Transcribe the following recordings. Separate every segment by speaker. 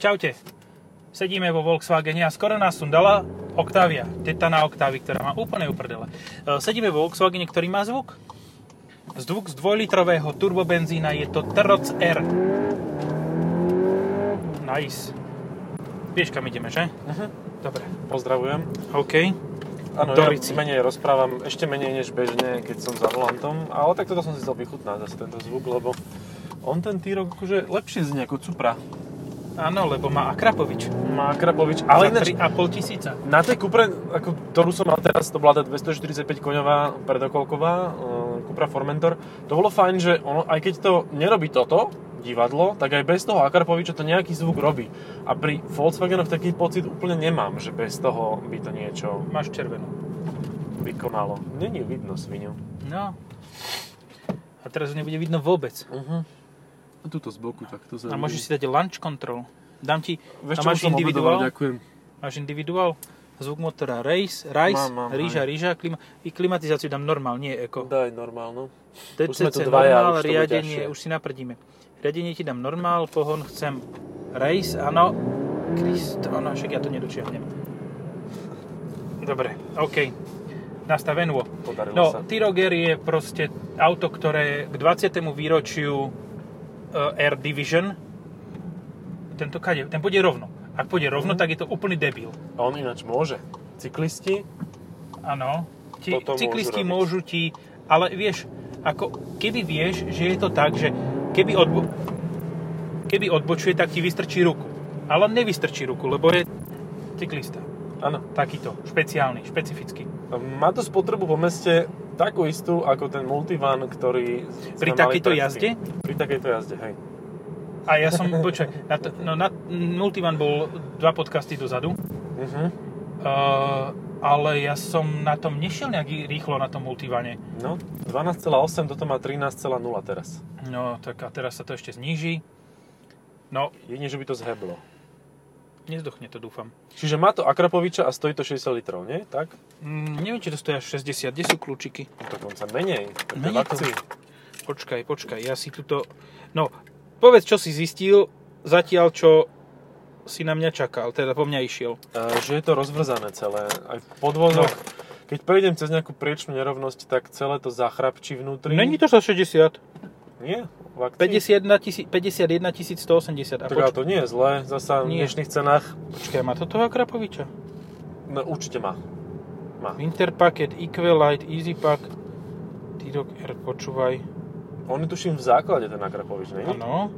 Speaker 1: Čaute. Sedíme vo Volkswagene a skoro nás sundala Octavia, teta na Octavii, ktorá má úplne uprdele. E, Sedíme vo Volkswagene, ktorý má zvuk. Zvuk z dvojlitrového turbobenzína je to Troc R. Nice. Vieš, kam ideme, že?
Speaker 2: Mhm.
Speaker 1: Dobre.
Speaker 2: Pozdravujem.
Speaker 1: OK.
Speaker 2: Áno,
Speaker 1: Dorici.
Speaker 2: ja menej rozprávam, ešte menej než bežne, keď som za volantom, ale tak toto som si chcel vychutnať zase tento zvuk, lebo on ten T-Roc akože lepšie znie ako Cupra.
Speaker 1: Áno, lebo má Akrapovič.
Speaker 2: Má Krabovič, ale
Speaker 1: Za
Speaker 2: ináč
Speaker 1: 3,5 tisíca.
Speaker 2: na tej Cupre, ako, ktorú som mal teraz, to bola tá 245 koňová predokolková eh, Cupra Formentor, to bolo fajn, že ono, aj keď to nerobí toto, divadlo, tak aj bez toho Akarpoviča to nejaký zvuk robí. A pri Volkswagenoch taký pocit úplne nemám, že bez toho by to niečo
Speaker 1: Máš červenú.
Speaker 2: vykonalo. Není vidno svinu.
Speaker 1: No. A teraz ju nebude vidno vôbec.
Speaker 2: Uh-huh. A tuto z boku takto
Speaker 1: A môžeš si dať lunch control. Dám ti, a
Speaker 2: Vieš, čo
Speaker 1: máš
Speaker 2: som
Speaker 1: individuál?
Speaker 2: obedoval, ďakujem.
Speaker 1: máš individuál, zvuk motora race, rice,
Speaker 2: Mám, mám,
Speaker 1: ríža, ríža, klima, i klimatizáciu dám normál, nie eko.
Speaker 2: Daj normálnu. už sme tu
Speaker 1: DCC
Speaker 2: dvaja,
Speaker 1: normál,
Speaker 2: už to bude
Speaker 1: riadenie,
Speaker 2: ťažšie.
Speaker 1: už si naprdíme. Riadenie ti dám normál, pohon chcem race, áno. Krist, áno, však ja to nedočiahnem. Dobre, OK. Nastavenú.
Speaker 2: Podarilo
Speaker 1: No,
Speaker 2: sa.
Speaker 1: T-Roger je proste auto, ktoré k 20. výročiu e, Air Division tento kade, ten pôjde rovno. Ak pôjde
Speaker 2: Mhm.
Speaker 1: rovno, tak je to úplný debil.
Speaker 2: A on ináč môže. Cyklisti?
Speaker 1: Áno. Ti,
Speaker 2: Toto môžu
Speaker 1: cyklisti
Speaker 2: robiť.
Speaker 1: môžu, ti... Ale vieš, ako keby vieš, že je to tak, že keby, odbo- keby odbočuje, tak ti vystrčí ruku. Ale on nevystrčí ruku, lebo je cyklista.
Speaker 2: Áno.
Speaker 1: Takýto, špeciálny, špecifický.
Speaker 2: Má to spotrebu po meste takú istú, ako ten multivan, ktorý... sme
Speaker 1: Pri
Speaker 2: mali
Speaker 1: takejto
Speaker 2: predtým.
Speaker 1: jazde?
Speaker 2: Pri takejto jazde, hej.
Speaker 1: A ja som, počkaj, na t- no, na, Multivan bol dva podcasty dozadu, Mhm.
Speaker 2: Uh-huh.
Speaker 1: uh, ale ja som na tom nešiel nejak rýchlo na tom Multivane.
Speaker 2: No, 12,8, toto má 13,0 teraz.
Speaker 1: No, tak a teraz sa to ešte zníži. No,
Speaker 2: Jedine, že by to zheblo.
Speaker 1: nezdochne to, dúfam.
Speaker 2: Čiže má to Akrapoviča a stojí to 60 litrov, nie? Tak?
Speaker 1: Mm, neviem, či to stojí až 60. Kde sú kľúčiky?
Speaker 2: Dokonca menej. Tak to je v
Speaker 1: Menej to-
Speaker 2: akcii.
Speaker 1: Počkaj, počkaj, ja si tuto... No, povedz, čo si zistil zatiaľ, čo si na mňa čakal, teda po mňa išiel.
Speaker 2: E, že je to rozvrzané celé. Aj v podvozoch,
Speaker 1: No.
Speaker 2: keď prejdem cez nejakú priečnú nerovnosť, tak celé to zachrapčí vnútri.
Speaker 1: Není to za 60.
Speaker 2: Nie, v akcii.
Speaker 1: 51 tisí- 51 180. A
Speaker 2: Tak ale
Speaker 1: poč-
Speaker 2: to nie je zlé, zasa v
Speaker 1: Nie.
Speaker 2: dnešných cenách
Speaker 1: počkaj, má toto Akrapoviča?
Speaker 2: no, určite má. Má.
Speaker 1: Winterpacket, Equalite, Easypack, T-Roc R, počúvaj.
Speaker 2: On je tuším v základe ten Akrapovič, nie?
Speaker 1: Áno.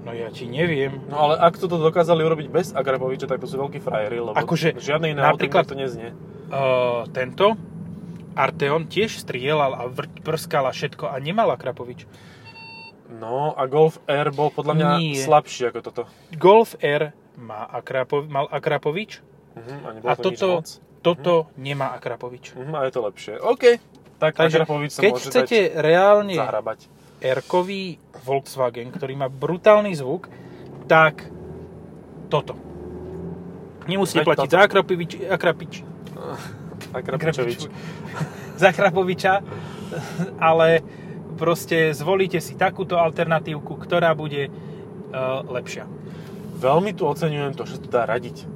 Speaker 1: No ja ti neviem.
Speaker 2: No ale ak toto dokázali urobiť bez Akrapoviča, tak to sú veľkí frajeri, lebo
Speaker 1: Akože,
Speaker 2: žiadne iné
Speaker 1: napríklad-
Speaker 2: napríklad... to neznie.
Speaker 1: Uh, tento Arteon tiež strieľal a vr- prskal a všetko a nemal Akrapovič.
Speaker 2: No a Golf Air bol podľa mňa
Speaker 1: Nie.
Speaker 2: slabší ako toto.
Speaker 1: Golf R má Akrapo- mal Akrapovič,
Speaker 2: Mhm, a nebolo
Speaker 1: A
Speaker 2: to nič
Speaker 1: toto-
Speaker 2: moc.
Speaker 1: toto nemá Akrapovič.
Speaker 2: Mhm, a je to lepšie. OK. Tak
Speaker 1: Takže
Speaker 2: Akrapovič sa
Speaker 1: keď
Speaker 2: môže
Speaker 1: chcete
Speaker 2: dať
Speaker 1: reálne
Speaker 2: zahrabať.
Speaker 1: R-kový Volkswagen, ktorý má brutálny zvuk, tak toto. Nemusíte
Speaker 2: Veď
Speaker 1: platiť
Speaker 2: toto.
Speaker 1: za Akrapovič, Akrapič,
Speaker 2: Akrapovič.
Speaker 1: za Krapoviča, ale proste zvolíte si takúto alternatívku, ktorá bude e, lepšia.
Speaker 2: Veľmi tu oceňujem to, že to dá radiť.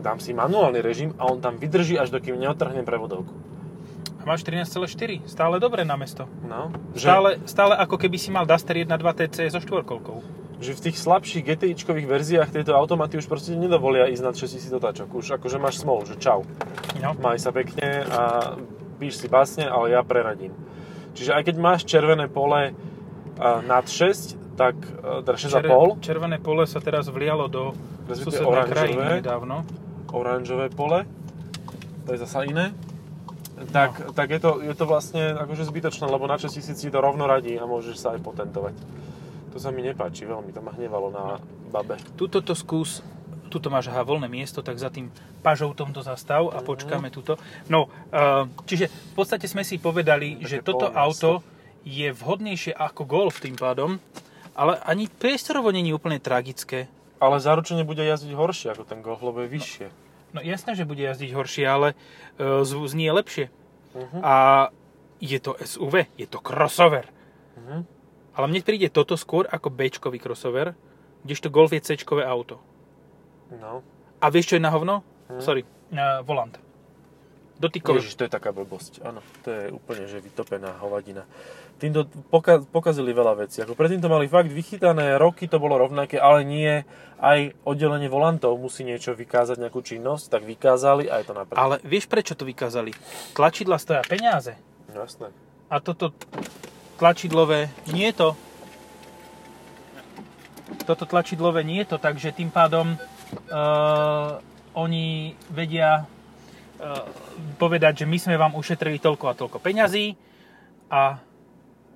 Speaker 2: Dám si manuálny režim a on tam vydrží, až dokým neotrhnem prevodovku.
Speaker 1: A máš 13,4, stále dobre na mesto.
Speaker 2: No, že,
Speaker 1: Stále, stále ako keby si mal Duster 1.2 TC so štvorkolkou.
Speaker 2: že v tých slabších GTIčkových verziách tieto automaty už proste nedovolia ísť nad 6000 otáčok. Už akože máš smolu, že čau,
Speaker 1: No.
Speaker 2: maj sa pekne a píš si básne, ale ja preradím. Čiže aj keď máš červené pole a, nad 6, tak e, teda 6,5,
Speaker 1: červené pole sa teraz vlialo do
Speaker 2: respektíve
Speaker 1: susednej krajiny
Speaker 2: oranžové,
Speaker 1: nedávno.
Speaker 2: oranžové pole, to je zasa iné, tak, tak je, to, je to vlastne akože zbytočné, lebo na 6000 ti to rovno radí a môžeš sa aj potentovať. To sa mi nepáči veľmi, to ma hnevalo na babe.
Speaker 1: Tuto to skús, tuto máš aha, voľné miesto, tak za tým pažoutom to zastav
Speaker 2: Mhm.
Speaker 1: a počkáme tuto. No, eh, čiže v podstate sme si povedali,
Speaker 2: Také
Speaker 1: že toto
Speaker 2: polné
Speaker 1: auto je vhodnejšie ako Golf tým pádom, ale ani priestorovo není úplne tragické.
Speaker 2: Ale zaručene bude jazdiť horšie ako ten Golf, lebo je vyššie.
Speaker 1: No jasné, že bude jazdiť horšie, ale eh, zvu- znie lepšie.
Speaker 2: Mhm.
Speaker 1: A je to SUV, je to crossover.
Speaker 2: Mhm.
Speaker 1: Ale mne príde toto skôr ako b crossover, kdežto Golf je c auto.
Speaker 2: No.
Speaker 1: A vieš, čo je na hovno? Sorry, uh, volant. Dotykový.
Speaker 2: Mhm. Ježiš, to je taká blbosť. Áno, to je úplne že vytopená hovadina. Týmto poka- pokazili veľa vecí. Ako predtým to mali fakt vychytané, roky to bolo rovnaké, ale nie. Aj oddelenie volantov musí niečo vykázať, nejakú činnosť, tak vykázali a je to napríklad.
Speaker 1: Ale vieš, prečo to vykázali? Tlačidla stoja peniaze.
Speaker 2: No jasné.
Speaker 1: A toto tlačidlové nie je to. Toto tlačidlové nie je to, takže tým pádom uh, oni vedia uh, povedať, že my sme vám ušetrili toľko a toľko peňazí a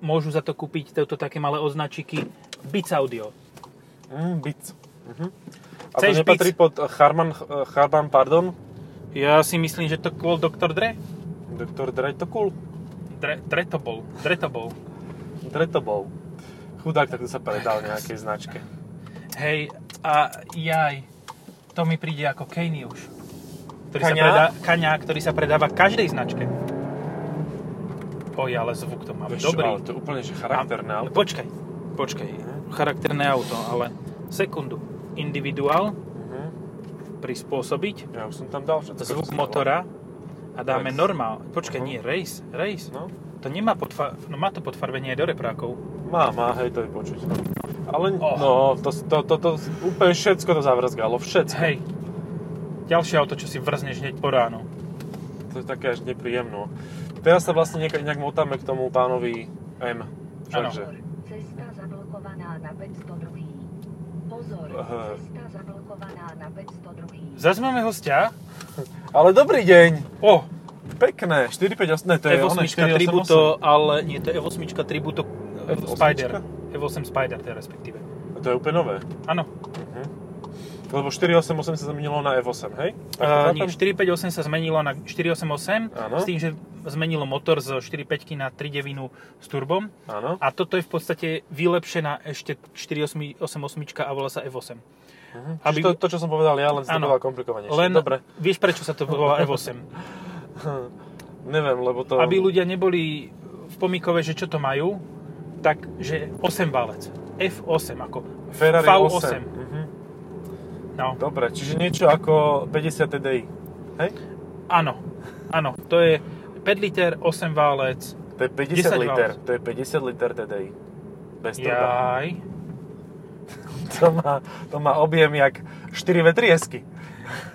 Speaker 1: môžu za to kúpiť toto také malé označiky Beats Audio.
Speaker 2: Mm, bic. Mhm. A
Speaker 1: Chceš
Speaker 2: to nepatrí
Speaker 1: bic?
Speaker 2: pod eh, Charman, Charman, pardon,
Speaker 1: Ja si myslím, že to bol Dr. Dre.
Speaker 2: doktor Drejtokul?
Speaker 1: Dre, Dre to bol. Dre to bol.
Speaker 2: Dretobol. Chudák, tak to sa predal nejakej značke.
Speaker 1: Hej, a jaj, to mi príde ako Kanye už. Ktorý
Speaker 2: Kania?
Speaker 1: Sa predá, Kania, ktorý sa predáva každej značke. Oj, ale zvuk to má
Speaker 2: Vieš čo, Ale
Speaker 1: dobrý.
Speaker 2: to je úplne že charakterné
Speaker 1: A-
Speaker 2: auto.
Speaker 1: Počkaj, počkaj. Charakterné auto, ale sekundu. Individuál,
Speaker 2: Mhm.
Speaker 1: prispôsobiť,
Speaker 2: Ja už som tam dal všetko.
Speaker 1: zvuk
Speaker 2: čo som
Speaker 1: motora a dáme
Speaker 2: Race.
Speaker 1: normál. Počkaj,
Speaker 2: Mhm.
Speaker 1: nie, race, race.
Speaker 2: dal. No,
Speaker 1: To nemá podfa- no, má to podfarbenie aj do reprákov.
Speaker 2: má, má, hej, to je počuť. No. Ale
Speaker 1: Oh.
Speaker 2: no, to, to, to, to, úplne všetko to zavrzgalo, všetko.
Speaker 1: Hej, ďalšie auto, čo si vrzneš hneď po ráno.
Speaker 2: To je také až nepríjemno. Teraz sa vlastne nejak, nejak motáme k tomu pánovi M.
Speaker 1: Áno.
Speaker 2: Všakže.
Speaker 3: Cesta zablokovaná na 502. Pozor,
Speaker 2: Aha.
Speaker 3: cesta zablokovaná na 502.
Speaker 1: Zas máme hostia.
Speaker 2: Ale dobrý deň,
Speaker 1: O,
Speaker 2: pekné. 458, ne, to je
Speaker 1: E8
Speaker 2: one, 488.
Speaker 1: Tributo, ale nie, to je E8 Tributo e
Speaker 2: E8?
Speaker 1: Spider. E8 Spider, teda respektíve.
Speaker 2: To je úplne nové.
Speaker 1: Áno,
Speaker 2: Lebo 488 sa zamenilo na F8, hej? Tak to
Speaker 1: uh,
Speaker 2: chápem?
Speaker 1: nie, 458 sa zmenilo na 488,
Speaker 2: Áno.
Speaker 1: s tým, že zmenilo motor z 4.5 na 3.9 s turbom.
Speaker 2: Áno.
Speaker 1: A toto je v podstate vylepšená ešte 488 a volá sa F8.
Speaker 2: Mhm.
Speaker 1: Aby-
Speaker 2: Aby... To, to, čo som povedal ja, len to
Speaker 1: Áno.
Speaker 2: bola komplikovanejšie.
Speaker 1: Len
Speaker 2: Dobre,
Speaker 1: vieš, prečo sa to volá F8?
Speaker 2: neviem, lebo to...
Speaker 1: Aby ľudia neboli v pomikove, že čo to majú, tak, že 8 válec. F8 ako.
Speaker 2: Ferrari
Speaker 1: V8.
Speaker 2: 8. Mhm.
Speaker 1: No.
Speaker 2: Dobre, čiže niečo ako 50 TDI. Hej?
Speaker 1: Áno, áno, to je 5 liter, 8 válec,
Speaker 2: To je
Speaker 1: 10
Speaker 2: 50 liter.
Speaker 1: válc.
Speaker 2: To je 50 liter TDI. Bez turba.
Speaker 1: jaj,
Speaker 2: To má, to má objem jak 4 vetriesky.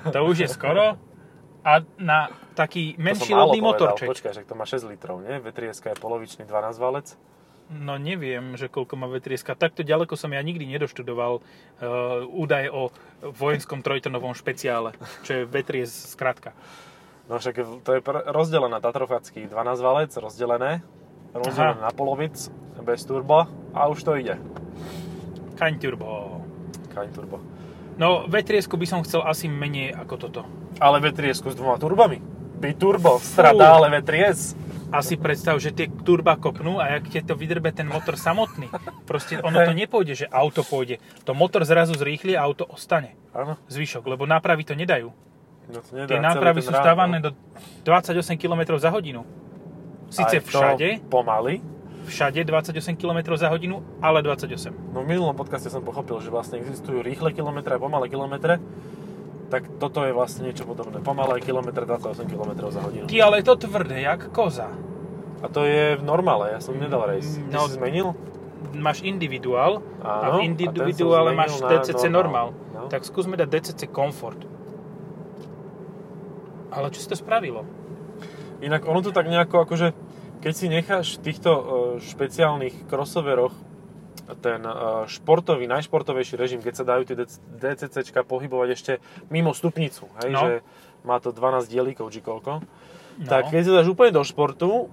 Speaker 1: to už je skoro. A na taký menší
Speaker 2: málo
Speaker 1: lodný
Speaker 2: povedal.
Speaker 1: motorček.
Speaker 2: Počkaj, že to má 6 litrov, nie? Vetrieska je polovičný 12 válec.
Speaker 1: No neviem, že koľko má vetrieska. Takto ďaleko som ja nikdy nedoštudoval uh, údaje o vojenskom trojtonovom špeciále, čo je vetries skratka.
Speaker 2: No však je- to je pr- rozdelené, Tatrofacký 12 válec, rozdelené. Rozdelené na polovic, bez turbo a už to ide.
Speaker 1: Kaň turbo.
Speaker 2: Kaň turbo.
Speaker 1: No, vetriesku by som chcel asi menej ako toto.
Speaker 2: Ale vetriesku s dvoma turbami. Biturbo, strada, ale vetries.
Speaker 1: Asi predstav, že tie turba kopnú a jak tie to vydrbe ten motor samotný. Proste ono to nepôjde, že auto pôjde. To motor zrazu zrýchli a auto ostane.
Speaker 2: Áno,
Speaker 1: Zvyšok, lebo nápravy to nedajú.
Speaker 2: no to nedá.
Speaker 1: Tie
Speaker 2: celý
Speaker 1: nápravy
Speaker 2: ten
Speaker 1: sú
Speaker 2: rám,
Speaker 1: stávané
Speaker 2: no.
Speaker 1: do 28 km za hodinu. Sice
Speaker 2: Aj to
Speaker 1: všade,
Speaker 2: Pomaly.
Speaker 1: všade 28 km za hodinu, ale 28.
Speaker 2: No v minulom podcaste som pochopil, že vlastne existujú rýchle kilometre a pomalé kilometre. Tak toto je vlastne niečo podobné. Pomalé kilometre, 28 km za hodinu.
Speaker 1: Ty ale je to tvrdé, jak koza.
Speaker 2: A to je v normále, ja som nedal race. Ty
Speaker 1: No.
Speaker 2: si zmenil?
Speaker 1: Máš individuál
Speaker 2: Áno,
Speaker 1: a
Speaker 2: a
Speaker 1: v
Speaker 2: ten som
Speaker 1: individuále
Speaker 2: zmenil
Speaker 1: máš
Speaker 2: na
Speaker 1: DCC normál.
Speaker 2: normál. No.
Speaker 1: Tak skúsme dať DCC komfort. Ale čo si to spravilo?
Speaker 2: Inak ono to tak nejako akože, keď si necháš v týchto eh, špeciálnych crossoveroch ten eh, športový, najšportovejší režim, keď sa dajú tie DC DCCčka pohybovať ešte mimo stupnicu, hej,
Speaker 1: No.
Speaker 2: že má to 12 dielikov či koľko,
Speaker 1: No.
Speaker 2: tak keď sa dáš úplne do športu,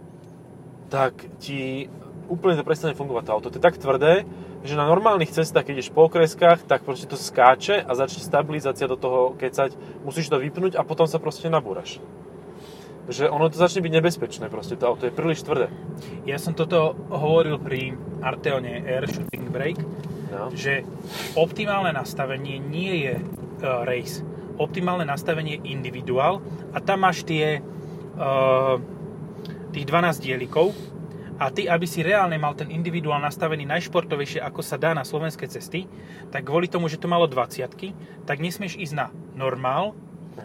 Speaker 2: tak ti úplne to prestane fungovať to auto. To je tak tvrdé, že na normálnych cestách, keď ideš po okreskách, tak proste to skáče a začne stabilizácia do toho kecať. Musíš to vypnúť a potom sa proste nabúraš. Že ono to začne byť nebezpečné proste, to auto je príliš tvrdé.
Speaker 1: Ja som toto hovoril pri Arteone Air Shooting Brake,
Speaker 2: No.
Speaker 1: že optimálne nastavenie nie je e, race. Optimálne nastavenie je individuál a tam máš tie e, tých 12 dielikov A ty, aby si reálne mal ten individuál nastavený najšportovejšie, ako sa dá na slovenské cesty, tak kvôli tomu, že to malo 20 tak nesmieš ísť na normál,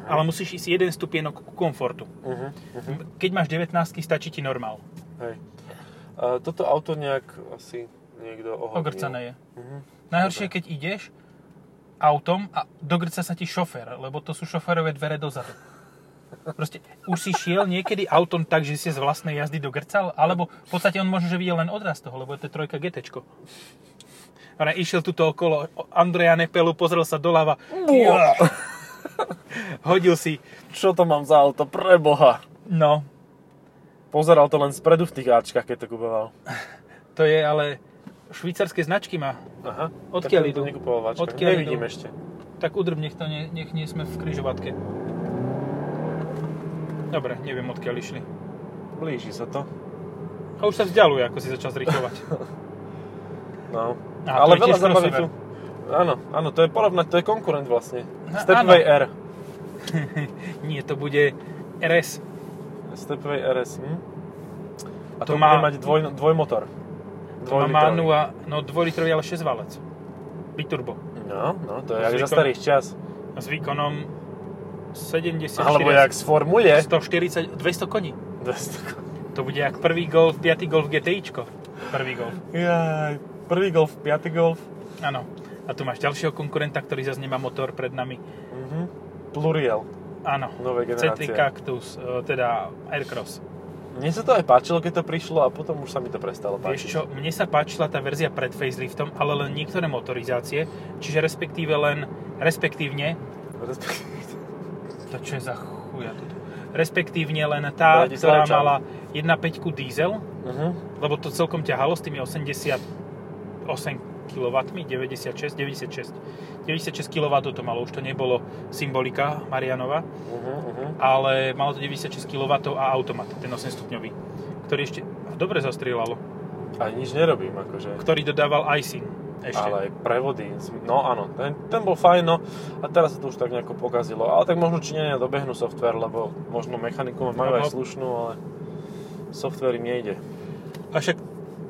Speaker 1: ale musíš ísť jeden stupienok ku komfortu.
Speaker 2: Uh-huh. Uh-huh.
Speaker 1: Keď máš 19 stačí ti normál.
Speaker 2: Hej. A toto auto nejak asi niekto ohodnil.
Speaker 1: Ogrcané je.
Speaker 2: Uh-huh.
Speaker 1: Najhoršie je, keď ideš autom a dogrca sa ti šofér, lebo to sú šoférové dvere dozadu. Proste, už si šiel niekedy autom tak, že si z vlastnej jazdy dogrcal? Alebo v podstate on možno, že videl len odraz toho, lebo to je trojka GT. Ale išiel tuto okolo Andreja Nepelu, pozrel sa doľava,
Speaker 2: Uá,
Speaker 1: hodil si,
Speaker 2: Čo to mám za auto? Preboha.
Speaker 1: no,
Speaker 2: Pozeral to len spredu v tých áčkach, keď to kupoval.
Speaker 1: to je ale švýcarské značky má.
Speaker 2: Aha.
Speaker 1: Odkiaľ
Speaker 2: tak to
Speaker 1: idú?
Speaker 2: nekupoval v áčkach.
Speaker 1: Odkiaľ
Speaker 2: Nevidím
Speaker 1: idú?
Speaker 2: ešte.
Speaker 1: Tak udrb, nech to nie, nech nie sme v kryžovatke. Dobre, neviem odkiaľ išli.
Speaker 2: Blíži sa to.
Speaker 1: A už sa vzdialuje, ako si začal zrychlovať.
Speaker 2: No.
Speaker 1: A
Speaker 2: Ale
Speaker 1: to je
Speaker 2: veľa
Speaker 1: tiež
Speaker 2: zabaví
Speaker 1: crossover.
Speaker 2: tu. Áno, áno, to je porovnať, to je konkurent vlastne.
Speaker 1: No,
Speaker 2: Stepway R.
Speaker 1: Nie, to bude RS.
Speaker 2: Stepway RS. Hm? A
Speaker 1: To má-
Speaker 2: to, má... bude mať dvoj,
Speaker 1: To
Speaker 2: dvojmotor.
Speaker 1: má
Speaker 2: Dvojlitrový.
Speaker 1: manua, no dvojlitrový, ale 6 valec. Biturbo.
Speaker 2: No, no,
Speaker 1: S
Speaker 2: to je jak za
Speaker 1: výkonom.
Speaker 2: starých čas.
Speaker 1: S výkonom 74,
Speaker 2: Alebo jak z formule.
Speaker 1: 140, 200 koní.
Speaker 2: 200.
Speaker 1: To bude jak prvý golf, piatý golf GTIčko. Prvý golf,
Speaker 2: Jaj, prvý golf, piatý golf.
Speaker 1: áno. A tu máš ďalšieho konkurenta, ktorý zase nemá motor pred nami.
Speaker 2: Mhm. Pluriel,
Speaker 1: Áno.
Speaker 2: nové
Speaker 1: C3
Speaker 2: generácie.
Speaker 1: Cactus, e, teda Aircross.
Speaker 2: Mne sa to aj páčilo, keď to prišlo a potom už sa mi to prestalo páčiť.
Speaker 1: Vieš čo, mne sa páčila tá verzia pred faceliftom, ale len niektoré motorizácie, čiže respektíve len, respektívne, to čo je za chuja toto, respektívne len tá, ktorá
Speaker 2: Bratislavčan.
Speaker 1: mala 1.5 diesel,
Speaker 2: Mhm.
Speaker 1: lebo to celkom ťahalo s tými 88 kW, 96, 96. 96 kW to malo, už to nebolo symbolika Marianova,
Speaker 2: Mhm, mhm.
Speaker 1: ale malo to 96 kW a automat, ten 8-stupňový, ktorý ešte dobre zastrieľalo,
Speaker 2: A nič nerobím, akože.
Speaker 1: ktorý dodával iSyn ešte.
Speaker 2: Ale aj prevody. No áno, ten, ten bol fajn, no. A teraz sa to už tak nejako pokazilo. Ale tak možno Číňania dobehnú software, lebo možno mechaniku majú
Speaker 1: Aha.
Speaker 2: aj slušnú, ale software im nejde.
Speaker 1: A však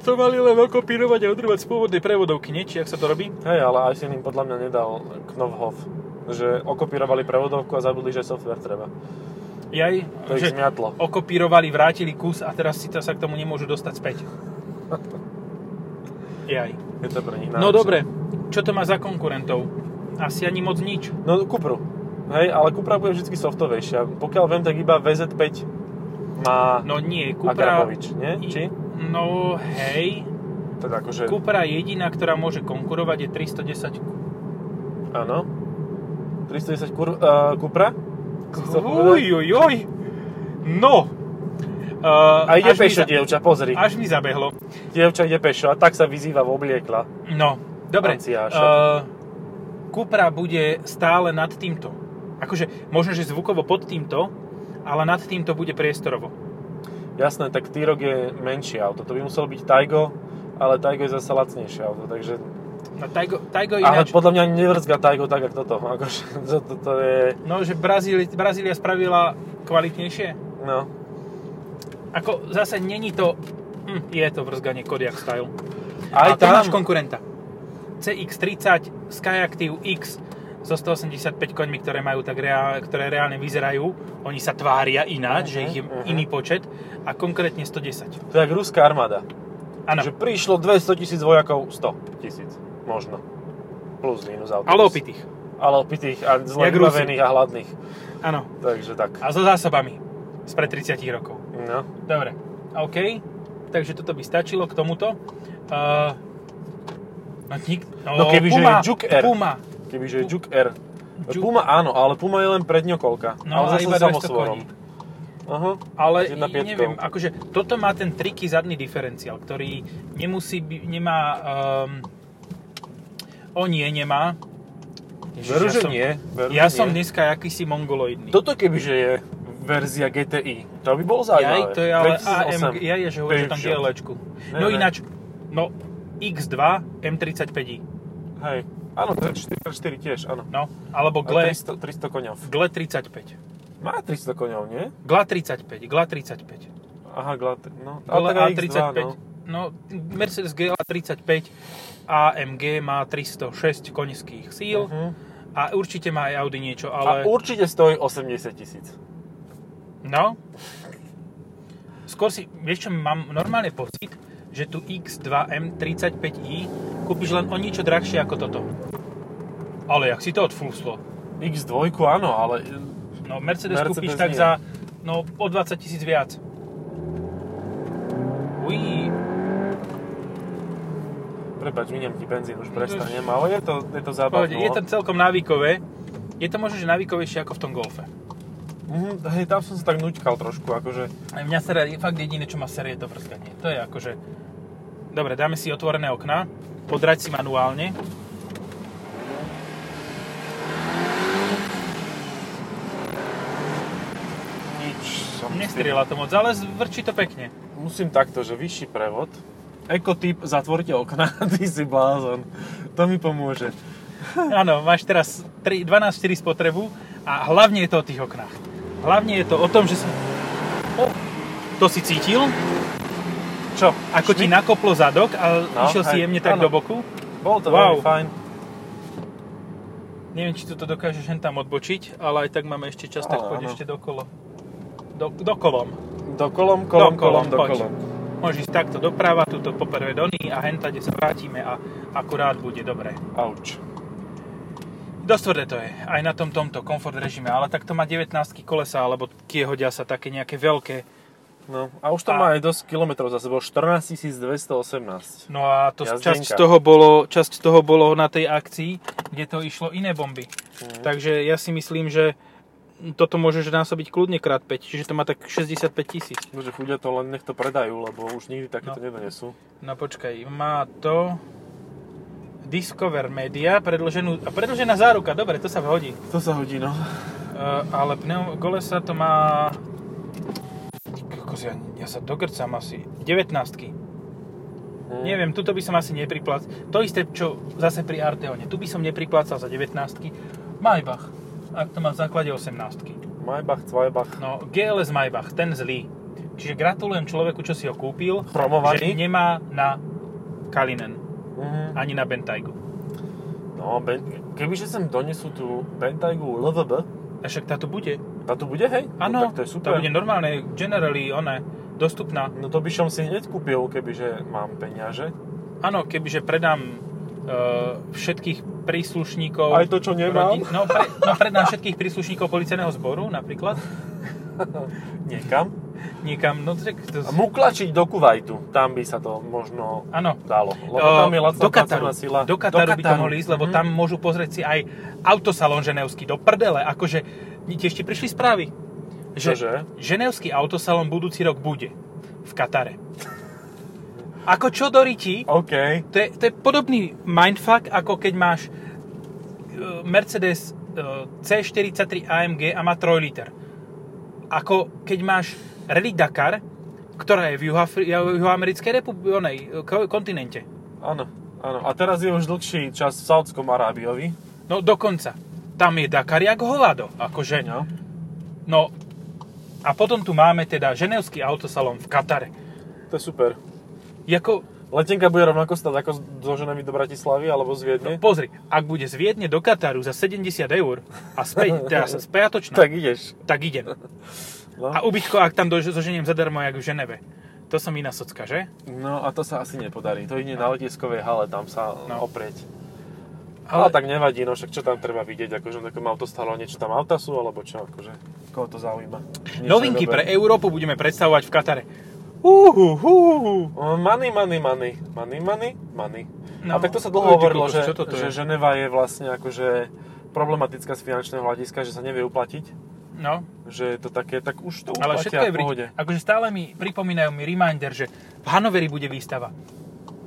Speaker 1: to mali len okopírovať a odrvať z pôvodnej prevodovky, nie? Či ak sa to robí?
Speaker 2: Hej, ale iSyn im podľa mňa nedal Knopfhof že okopírovali prevodovku a zabudli, že software treba.
Speaker 1: Jaj,
Speaker 2: To ich
Speaker 1: že
Speaker 2: zmiatlo.
Speaker 1: okopírovali, vrátili kus a teraz si to, sa k tomu nemôžu dostať späť. Jaj.
Speaker 2: Je to pre nich
Speaker 1: No
Speaker 2: náročné.
Speaker 1: dobre, čo to má za konkurentov? Asi ani moc nič.
Speaker 2: No Cupru. Hej, ale Cupra bude vždy softovejšia. Pokiaľ viem, tak iba VZ5 má
Speaker 1: No nie, Cupra...
Speaker 2: Agrapovič, nie?
Speaker 1: i-
Speaker 2: Či?
Speaker 1: No hej,
Speaker 2: Teda akože,
Speaker 1: Cupra jediná, ktorá môže konkurovať je 310
Speaker 2: áno. 310 kur, uh, Cupra? Si chcel povedať?
Speaker 1: Uj, uj, uj. No. Uh,
Speaker 2: A ide
Speaker 1: až mi
Speaker 2: pešo,
Speaker 1: za-
Speaker 2: dievča, pozri.
Speaker 1: Až mi zabehlo.
Speaker 2: Dievča ide pešo a tak sa vyzýva v obliekla.
Speaker 1: No, dobre.
Speaker 2: Lancia a
Speaker 1: Uh, Cupra bude stále nad týmto. Akože, možno, že zvukovo pod týmto, ale nad týmto bude priestorovo.
Speaker 2: Jasné, tak T-Roc je menšie auto. To by muselo byť Taigo, ale Taigo je zase lacnejšie auto, takže...
Speaker 1: No, Taigo, Taigo
Speaker 2: Ale
Speaker 1: ináč...
Speaker 2: podľa mňa ani nevrzga Taigo tak, ako toto. Akože, to, to, to je...
Speaker 1: No, že Brazíli, Brazília spravila kvalitnejšie.
Speaker 2: No,
Speaker 1: Ako, zase není to... Hm, je to vrzganie Kodiaq Style.
Speaker 2: aj
Speaker 1: a tu
Speaker 2: tam...
Speaker 1: máš konkurenta. CX-30, Skyactiv X so 185 koňmi, ktoré majú tak reál, ktoré reálne vyzerajú. Oni sa tvária ináč, že ich je
Speaker 2: Mhm, mhm.
Speaker 1: iný počet a konkrétne 110.
Speaker 2: To je jak ruská armáda.
Speaker 1: Áno,
Speaker 2: Že prišlo 200 tisíc vojakov, 100 tisíc, možno. Plus, minus autobus.
Speaker 1: ale opitých.
Speaker 2: Ale opitých a zle
Speaker 1: Jak Rusi.
Speaker 2: vybavených a hladných.
Speaker 1: Áno,
Speaker 2: Takže tak.
Speaker 1: a so zásobami spred 30 rokov.
Speaker 2: No.
Speaker 1: Dobre, OK, takže toto by stačilo k tomuto. Uh, no, nik-
Speaker 2: No kebyže
Speaker 1: Puma,
Speaker 2: je Juke R.
Speaker 1: Puma,
Speaker 2: Kebyže je
Speaker 1: Pu-
Speaker 2: Juke R.
Speaker 1: Juke-
Speaker 2: Puma áno, ale Puma je len predňokolka.
Speaker 1: no
Speaker 2: ale
Speaker 1: ale
Speaker 2: zase
Speaker 1: iba
Speaker 2: s
Speaker 1: 200
Speaker 2: samosvorom.
Speaker 1: koní.
Speaker 2: Aha.
Speaker 1: Ale
Speaker 2: Jedna pietkou.
Speaker 1: neviem, akože toto má ten triky zadný diferenciál, ktorý nemusí, by- nemá, um, o nie, nemá.
Speaker 2: Veru, že
Speaker 1: ja som,
Speaker 2: nie. Veru,
Speaker 1: Ja
Speaker 2: že
Speaker 1: som
Speaker 2: nie.
Speaker 1: dneska jakýsi mongoloidný.
Speaker 2: Toto kebyže je verzia GTI. To by bolo
Speaker 1: Jaj,
Speaker 2: zaujímavé.
Speaker 1: to je ale
Speaker 2: 2008.
Speaker 1: AMG, ja je, že hovorí, že tam
Speaker 2: Peugeot.
Speaker 1: GLčku.
Speaker 2: Ne,
Speaker 1: No
Speaker 2: ne.
Speaker 1: ináč, no X2 M35i,
Speaker 2: Hej. Áno, 44 tiež, áno.
Speaker 1: no, alebo GLE,
Speaker 2: Ale 300, 300 koňov.
Speaker 1: GLE 35.
Speaker 2: Má 300 koňov, nie?
Speaker 1: GLA 35, GLA 35.
Speaker 2: Aha, GLA, no.
Speaker 1: Ale
Speaker 2: tak aj
Speaker 1: A35.
Speaker 2: X2, no.
Speaker 1: No, Mercedes GLA 35 AMG má 306 konických síl uh-huh.
Speaker 2: Uh-huh.
Speaker 1: a určite má aj Audi niečo, ale...
Speaker 2: Ale... A určite stojí 80 tisíc.
Speaker 1: No. Skôr si, vieš čo, mám normálne pocit, že tu X2 M35i kúpiš len o niečo drahšie ako toto. Ale jak si to odfúslo?
Speaker 2: X2, áno, ale...
Speaker 1: No, Mercedes,
Speaker 2: Mercedes
Speaker 1: kúpiš tak
Speaker 2: nie.
Speaker 1: za, no, o 20 tisíc viac. Ují.
Speaker 2: Prepač, miniem ti benzín, už prestanem, ale je to, je to zábavné. no.
Speaker 1: Pohode, je to celkom návykové. Je to možno, že návykovejšie ako v tom golfe.
Speaker 2: Mhm, hej, tam som sa tak nuťkal trošku, akože...
Speaker 1: A Mňa sa fakt jediné, čo ma serie, je to vrskanie. To je akože... Dobre, dáme si otvorené okná, podrať si manuálne.
Speaker 2: Nič som...
Speaker 1: Nestrieľa to moc, ale zvrčí to pekne.
Speaker 2: Musím takto, že vyšší prevod. Ekotyp, zatvorte okna, ty si blázon. To mi pomôže.
Speaker 1: Áno, máš teraz 3, 12-4 spotrebu a hlavne je to o tých oknách. Hlavne je to o tom, že sa... O, to si cítil,
Speaker 2: Čo?
Speaker 1: ako ti nakoplo zadok a
Speaker 2: No,
Speaker 1: išiel si
Speaker 2: hej,
Speaker 1: jemne tak do
Speaker 2: áno.
Speaker 1: boku.
Speaker 2: Bolo to
Speaker 1: Wow.
Speaker 2: wow. veľmi fajn.
Speaker 1: Neviem, či toto dokážeš hen tam odbočiť, ale aj tak máme ešte čas, tak
Speaker 2: Ale
Speaker 1: poď
Speaker 2: áno.
Speaker 1: ešte dokolo. Do, dokolom.
Speaker 2: Do kolom, kolom, kolom, do
Speaker 1: poď.
Speaker 2: kolom.
Speaker 1: Môžeš ísť takto doprava, tuto poprvé do ní a hen tade sa vrátime a akurát bude dobre.
Speaker 2: Auč.
Speaker 1: Dosť tvrdé to je, aj na tom tomto komfort režime, ale tak to má 19 kolesa, alebo tie hodia sa také nejaké veľké.
Speaker 2: No, a už to
Speaker 1: A-
Speaker 2: má aj dosť kilometrov za sebou, 14 218.
Speaker 1: No a to
Speaker 2: Jazdenka.
Speaker 1: časť z, toho bolo, časť z toho bolo na tej akcii, kde to išlo iné bomby.
Speaker 2: Mhm.
Speaker 1: Takže ja si myslím, že toto môžeš násobiť kľudne krát 5, čiže to má tak 65 tisíc.
Speaker 2: Bože, chudia to len nech to predajú, lebo už nikdy takéto
Speaker 1: No.
Speaker 2: nedonesú.
Speaker 1: No počkaj, má to Discover Media, predlženú, a predlžená záruka, dobre, to sa vhodí.
Speaker 2: To sa hodí, no.
Speaker 1: Uh, ale pneu, golesa to má... Ty Kokos, ja, ja sa dogrcam asi. 19
Speaker 2: Hm.
Speaker 1: Neviem, tuto by som asi nepriplácal. To isté, čo zase pri Arteone. Tu by som nepriplácal za 19 Maybach. Ak to má v základe 18
Speaker 2: Maybach, Zweibach.
Speaker 1: No, GLS Maybach, ten zlý. Čiže gratulujem človeku, čo si ho kúpil, že
Speaker 2: Chromovaný.
Speaker 1: nemá na Kalinen,
Speaker 2: Mhm.
Speaker 1: ani na Bentaygu.
Speaker 2: No, ben... kebyže sem donesú tú Bentaygu LVB,
Speaker 1: A však tá tu bude.
Speaker 2: tá tu bude, hej?
Speaker 1: Áno,
Speaker 2: no, tak to je
Speaker 1: tá
Speaker 2: super.
Speaker 1: bude normálne, generally, ona, dostupná.
Speaker 2: No to by som si hneď kúpil, kebyže mám peniaže.
Speaker 1: Áno, kebyže predám e, všetkých príslušníkov...
Speaker 2: Aj to, čo nemám.
Speaker 1: rodin- no, pre, no, predám všetkých príslušníkov policajného zboru napríklad.
Speaker 2: Niekam.
Speaker 1: Niekam, no tak to...
Speaker 2: A muklačiť do Kuwaitu, tam by sa to možno
Speaker 1: Áno.
Speaker 2: dalo.
Speaker 1: E,
Speaker 2: Lebo tam je lacná
Speaker 1: do Kataru,
Speaker 2: pracovná sila.
Speaker 1: do Kataru by to mohli ísť, lebo
Speaker 2: Mhm.
Speaker 1: tam môžu pozrieť si aj autosalón ženevský. Do prdele, akože tiež ti prišli správy. Že
Speaker 2: Čože?
Speaker 1: ženevský autosalón budúci rok bude v Katare. Ako čo do rytí,
Speaker 2: Mhm. OK.
Speaker 1: To je, to je podobný mindfuck, ako keď máš e, Mercedes e, C43 AMG a má 3 liter. Ako keď máš Rally Dakar, ktorá je v Juhoafri- v Juhoamerickej repu- onej, e, ko- kontinente.
Speaker 2: Áno, áno. A teraz je už dlhší čas v Saudskom Arábiovi.
Speaker 1: No dokonca. Tam je Dakar jak hovado. Akože,
Speaker 2: No.
Speaker 1: no a potom tu máme teda ženevský autosalón v Katare.
Speaker 2: To je super.
Speaker 1: Jako,
Speaker 2: Letenka bude rovnako stať ako so ženami do Bratislavy alebo z Viedne.
Speaker 1: no, pozri, ak bude z Viedne do Kataru za 70 eur a späť, teda späjatočná, tak.
Speaker 2: Tak ideš.
Speaker 1: tak idem.
Speaker 2: No.
Speaker 1: A ubytko, ak tam dož- zoženiem zadarmo, jak v Ženeve. To som iná socka, že?
Speaker 2: no a to sa asi nepodarí. To ide na letiskovej hale, tam sa
Speaker 1: No.
Speaker 2: no. oprieť. Ale... tak nevadí, no však čo tam treba vidieť, akože na takom autostalo, niečo tam auta sú, alebo čo, akože, koho to zaujíma. Niečo
Speaker 1: Novinky
Speaker 2: je
Speaker 1: pre E-
Speaker 2: dobré.
Speaker 1: Európu budeme predstavovať v Katare. Uhu, uhu.
Speaker 2: O, Money, money, money, money, money, money.
Speaker 1: No.
Speaker 2: No. A tak to sa
Speaker 1: Oj, ty
Speaker 2: dlho hovorilo,
Speaker 1: kokos,
Speaker 2: že,
Speaker 1: čo toto je?
Speaker 2: že Ženeva je vlastne akože problematická z finančného hľadiska, že sa nevie uplatiť,
Speaker 1: No,
Speaker 2: že je to také, tak už to
Speaker 1: ale
Speaker 2: uplatia
Speaker 1: všetko je
Speaker 2: v
Speaker 1: v
Speaker 2: pohode.
Speaker 1: Ri- Akože stále mi pripomínajú mi reminder, že v Hanoveri bude výstava.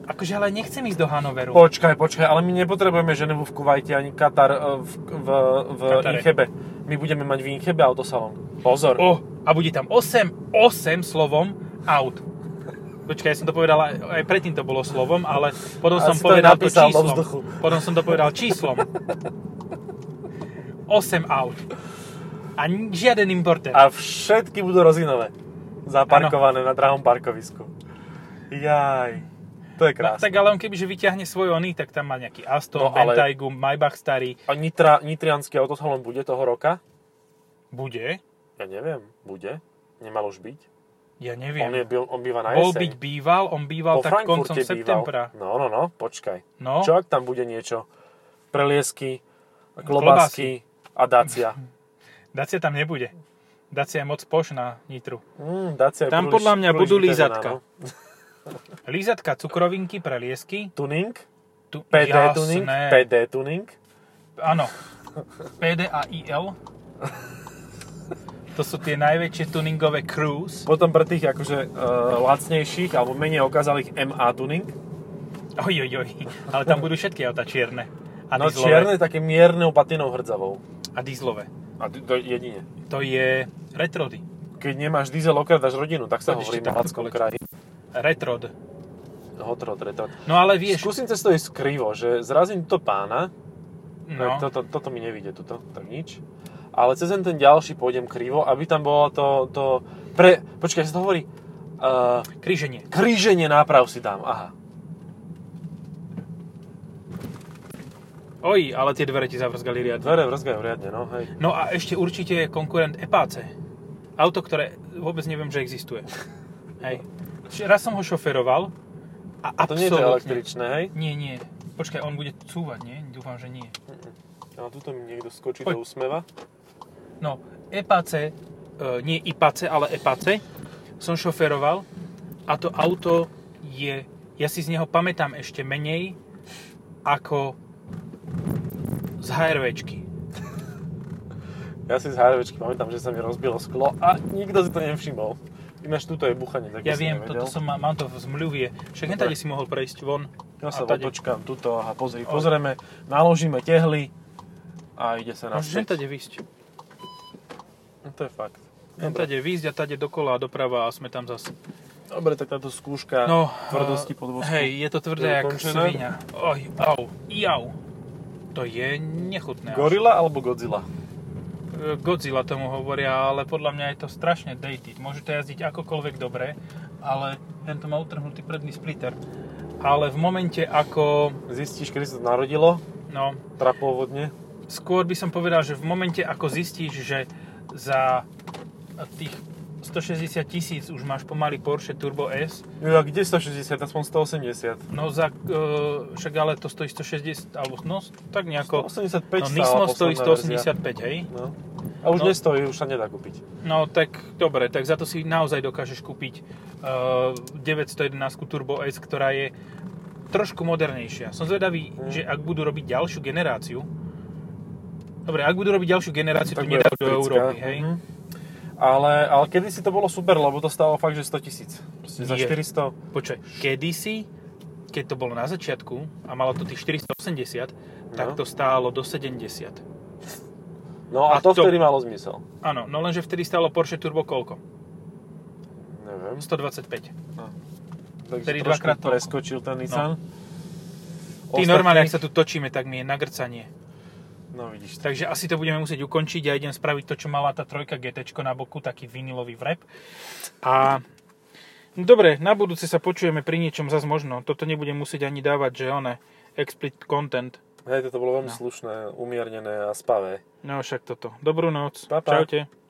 Speaker 1: Akože ale nechcem ísť do Hanoveru.
Speaker 2: Počkaj, počkaj, ale my nepotrebujeme Ženevu v Kuvajte ani Katar e, v, v, v
Speaker 1: Katare.
Speaker 2: Inchebe. My budeme mať v Inchebe autosalon. Pozor.
Speaker 1: O, a bude tam 8, 8 slovom aut. Počkaj, ja som to povedal, aj aj predtým to bolo slovom, ale potom
Speaker 2: Asi
Speaker 1: som
Speaker 2: to aj
Speaker 1: povedal to
Speaker 2: napísal vo
Speaker 1: číslom.
Speaker 2: vzduchu.
Speaker 1: Potom som to povedal číslom. 8 aut. A ni- žiaden importer.
Speaker 2: A všetky budú rozinové. Zaparkované na drahom parkovisku. Jaj, to je
Speaker 1: No,
Speaker 2: krásne.
Speaker 1: tak ale on kebyže vyťahne svoj oný, tak tam má nejaký Aston,
Speaker 2: No,
Speaker 1: no,
Speaker 2: ale-
Speaker 1: Bentaygu, Maybach starý.
Speaker 2: A Nitra, Nitrianský autosalon bude toho roka?
Speaker 1: Bude?
Speaker 2: Ja neviem, bude. Nemal už byť.
Speaker 1: Ja
Speaker 2: On, je,
Speaker 1: neviem.
Speaker 2: byl- on býva na
Speaker 1: Bol
Speaker 2: jeseň.
Speaker 1: byť býval, on býval tak koncom
Speaker 2: E. býval.
Speaker 1: septembra.
Speaker 2: No, no, no, počkaj.
Speaker 1: No,
Speaker 2: Čo ak tam bude niečo? Preliesky, klobásky
Speaker 1: Klobásky.
Speaker 2: a Dacia.
Speaker 1: Dacia tam nebude. Dacia je moc pošná Nitru.
Speaker 2: Mm, Dacia je
Speaker 1: Tam
Speaker 2: príliš,
Speaker 1: podľa mňa
Speaker 2: príliš
Speaker 1: budú
Speaker 2: vyťažená,
Speaker 1: lízatka.
Speaker 2: no.
Speaker 1: Lízatka, cukrovinky, preliesky.
Speaker 2: Tuning,
Speaker 1: Tu,
Speaker 2: PD
Speaker 1: jasné.
Speaker 2: tuning, PD tuning.
Speaker 1: Áno. PD a IL. To sú tie najväčšie tuningové cruise.
Speaker 2: Potom pre tých akože uh, lacnejších alebo menej okázalých MA tuning.
Speaker 1: Oj, oj, oj. Ale tam budú všetky auta čierne. A
Speaker 2: No
Speaker 1: dieslové.
Speaker 2: čierne také miernou patinou hrdzavou.
Speaker 1: A dieslové.
Speaker 2: A ty- to je jedine.
Speaker 1: To je retrody.
Speaker 2: Keď nemáš diesel, okrádaš rodinu, tak sa
Speaker 1: Chodíš
Speaker 2: hovorí
Speaker 1: ti
Speaker 2: na
Speaker 1: takto
Speaker 2: lackom
Speaker 1: kolečko.
Speaker 2: kraji.
Speaker 1: Retrod.
Speaker 2: Hotrod, retrod.
Speaker 1: No ale vieš,
Speaker 2: Skúsim cez to ísť krivo, že zrazím to pána, No.
Speaker 1: no,
Speaker 2: Toto, toto mi nevíde, toto, tak nič. Ale cez ten, ten ďalší pôjdem krivo, aby tam bolo to... to pre, počkaj, sa to hovorí... Uh,
Speaker 1: kríženie.
Speaker 2: kríženie náprav si dám, aha.
Speaker 1: Oj, ale tie dvere ti zavrzgali riadne.
Speaker 2: Dvere vrzgajú riadne, no hej.
Speaker 1: No a ešte určite je konkurent Epace. Auto, ktoré vôbec neviem, že existuje. Hej. Či- Raz som ho šoferoval a
Speaker 2: A to nie je teda to
Speaker 1: absolútne...
Speaker 2: električné, hej?
Speaker 1: Nie, nie. Počkaj, on bude cúvať, nie? Dúfam, že nie.
Speaker 2: A tuto mi niekto skočí
Speaker 1: Poď.
Speaker 2: do úsmeva.
Speaker 1: No, Epace, e, nie Ipace, ale Epace, som šoferoval a to auto je, ja si z neho pamätám ešte menej ako z HRVčky.
Speaker 2: Ja si z HRVčky pamätám, že sa mi rozbilo sklo a nikto si to nevšimol. Ináč tuto je buchanie, tak
Speaker 1: Ja
Speaker 2: som
Speaker 1: viem,
Speaker 2: nevedel.
Speaker 1: toto som, má- mám to v zmluve. Však len tady si mohol prejsť von.
Speaker 2: Ja sa
Speaker 1: a tade.
Speaker 2: otočkám tuto, aha, pozri,
Speaker 1: Oj.
Speaker 2: pozrieme, naložíme tehly a ide sa na No,
Speaker 1: Môžeš len tady výjsť.
Speaker 2: To je fakt.
Speaker 1: Len
Speaker 2: Dobre.
Speaker 1: tady výjsť a tady dokola a doprava a sme tam zase.
Speaker 2: Dobre, tak táto skúška
Speaker 1: No,
Speaker 2: tvrdosti
Speaker 1: eh,
Speaker 2: podvozku.
Speaker 1: Hej, je to tvrdé
Speaker 2: je
Speaker 1: jak
Speaker 2: ukončené.
Speaker 1: svinia. Oj, au, jau. To je nechutné. až.
Speaker 2: Gorila alebo Godzilla?
Speaker 1: Godzilla tomu hovoria, ale podľa mňa je to strašne dated. Môžete jazdiť akokoľvek dobre, ale ten to má utrhnutý predný splitter. Ale v momente ako,
Speaker 2: Zistíš, kedy sa to narodilo,
Speaker 1: no,
Speaker 2: prapôvodne.
Speaker 1: skôr by som povedal, že v momente ako zistíš, že za tých 160 tisíc už máš pomaly Porsche Turbo S,
Speaker 2: Jo, a kde 160, aspoň 180.
Speaker 1: no za, e, však ale to stojí 160, alebo no, tak nejako, no
Speaker 2: 185 stála
Speaker 1: Nismo stojí
Speaker 2: posledná verzia.
Speaker 1: 185, hej?
Speaker 2: No. A už
Speaker 1: No.
Speaker 2: nestojí, už sa nedá kúpiť.
Speaker 1: No tak dobre, tak za to si naozaj dokážeš kúpiť uh, 911 Turbo S, ktorá je trošku modernejšia. Som zvedavý,
Speaker 2: Mm.
Speaker 1: že ak budú robiť ďalšiu generáciu, dobre, ak budú robiť ďalšiu generáciu, to nedajú do
Speaker 2: elektrická.
Speaker 1: Európy, hej?
Speaker 2: Mhm. Ale, ale kedy si to bolo super, lebo to stálo fakt, že 100 tisíc. Proste za
Speaker 1: Je.
Speaker 2: 400.
Speaker 1: Počkaj, kedysi, keď to bolo na začiatku a malo to tých 480, tak
Speaker 2: No.
Speaker 1: to stálo do 70.
Speaker 2: No
Speaker 1: A
Speaker 2: a, to,
Speaker 1: to-
Speaker 2: vtedy malo zmysel.
Speaker 1: Áno, no lenže vtedy stálo Porsche Turbo koľko?
Speaker 2: Neviem.
Speaker 1: 125.
Speaker 2: Takže
Speaker 1: Vtedy
Speaker 2: trošku
Speaker 1: dvakrát toľko. No.
Speaker 2: preskočil ten Nissan.
Speaker 1: Ty
Speaker 2: Ostatní-
Speaker 1: normálne, ak sa tu točíme, tak mi je nagrcanie.
Speaker 2: No vidíš, tak...
Speaker 1: Takže asi to budeme musieť ukončiť. Ja idem spraviť to, čo mala tá trojka GT na boku, taký vinilový vrep. A no dobre, na budúce sa počujeme pri niečom zas možno. Toto nebudem musieť ani dávať, že one, explicit content.
Speaker 2: Hej, toto bolo veľmi
Speaker 1: No.
Speaker 2: slušné, umiernené a spavé.
Speaker 1: No však toto. Dobrú noc.
Speaker 2: Pa, pa.
Speaker 1: Čaute.